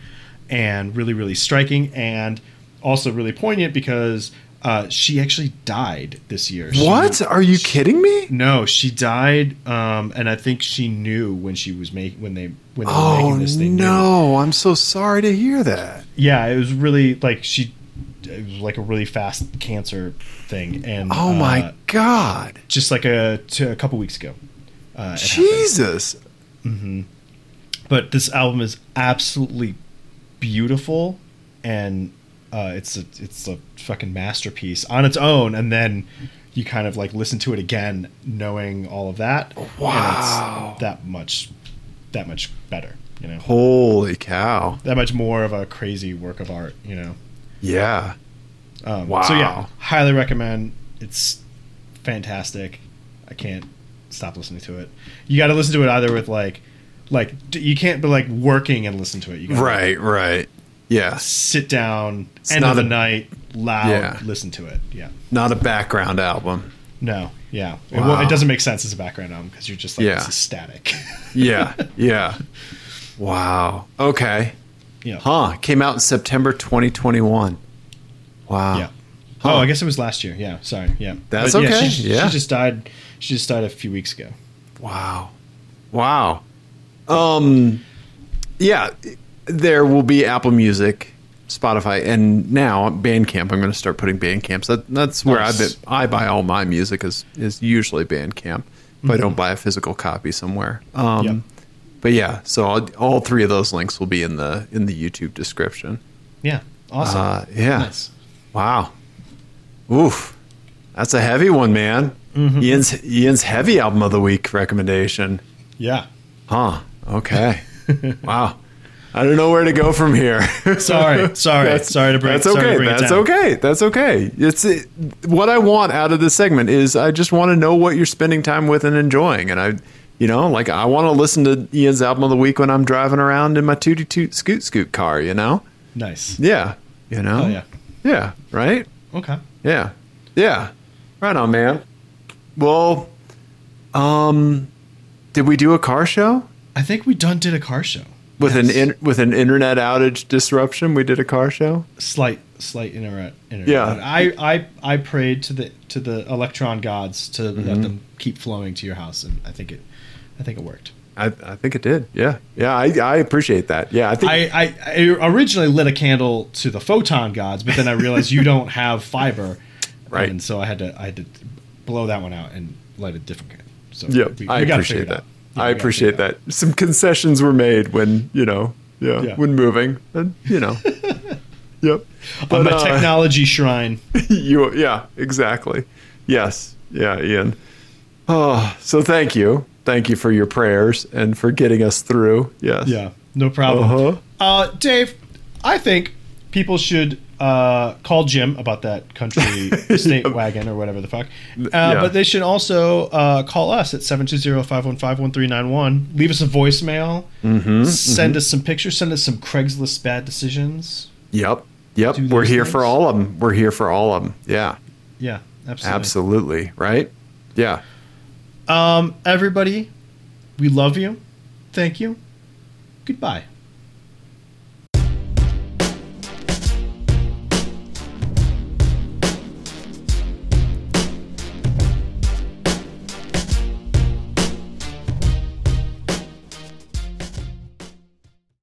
and really, really striking and also really poignant because uh, she actually died this year. She- What? Are you kidding me? no, she died, um, and I think she knew when she was make when they when they were Oh making this. They knew. no! I'm so sorry to hear that. Yeah, it was really like she, it was like a really fast cancer thing, and Oh my uh, god! just like a to, a couple weeks ago. Uh, it happened. Jesus! But this album is absolutely beautiful, and uh, it's a it's a fucking masterpiece on its own, and then. You kind of like listen to it again, knowing all of that. and it's Wow. that much, that much better. You know. Holy cow! that much more of a crazy work of art, you know. Yeah. Um, Wow. So yeah, highly recommend. It's fantastic. I can't stop listening to it. You got to listen to it either with like, like d- you can't be like working and listen to it. You gotta Right. Right. Yeah. sit down, It's end not of the a- night, loud, Yeah. listen to it. Yeah. Not a background album. No. Yeah. It, Wow. won't- it doesn't make sense as a background album because you're just like Yeah. this is static. Yeah. yeah. Wow. Okay. yeah. Huh. Came out in September 2021. Wow. Yeah. Huh. Oh, I guess it was last year. Yeah. Sorry. Yeah. That's But okay. she- Yeah. She just died. She just died a few weeks ago. Wow. Wow. Um yeah, there will be Apple Music, Spotify, and now Bandcamp. I'm going to start putting Bandcamps. That, that's where I Nice. I buy all my music is is usually Bandcamp. If I don't buy a physical copy somewhere. Um Yep. but yeah, so all, all three of those links will be in the in the YouTube description. Yeah. Awesome. Uh, yeah. Nice. Wow. Oof. That's a heavy one, man. Ian's Ian's heavy album of the week recommendation. Yeah. Huh. Okay. wow. I don't know where to go from here. Sorry. Sorry. sorry to bring. sorry That's to okay. bring it That's down. okay. That's okay. It's it, what I want out of this segment is I just want to know what you're spending time with and enjoying, and I, you know, like I want to listen to Ian's album of the week when I'm driving around in my tooty toot scoot scoot car. You know. Nice. Yeah. You know. Oh, yeah. Yeah. Right. Okay. Yeah. Yeah. Right on, man. Well, um, did we do a car show? I think we done did a car show. With an Yes. in, with an internet outage disruption, we did a car show. slight slight internet. internet. Yeah. I, I I prayed to the to the electron gods to Mm-hmm. let them keep flowing to your house, and I think it I think it worked. I, I think it did. Yeah, yeah. I, I appreciate that. Yeah, I think. I, I, I originally lit a candle to the photon gods, but then I realized you don't have fiber, Right. And so I had to I had to blow that one out and light a different candle. So yeah, we- we I gotta figure appreciate it that. out. Yeah, we I gotta appreciate figure it out. that. Some concessions were made when you know, yeah, Yeah. when moving, and you know, yep. I'm a uh, technology shrine. you, yeah, exactly. Yes, yeah, Ian. Oh, so thank you, thank you for your prayers and for getting us through. Yes. Yeah, no problem. Uh-huh. Uh, Dave, I think people should uh, call Jim about that country state wagon or whatever the fuck. Uh, yeah. But they should also uh, call us at 720-515-1391. Leave us a voicemail. Mm-hmm, Send us some pictures. Send us some Craigslist bad decisions. Yep. Yep. Do We're those here things. for all of them. We're here for all of them. Yeah. Yeah, absolutely. Absolutely. Right. Yeah. Um, everybody, we love you. Thank you. Goodbye.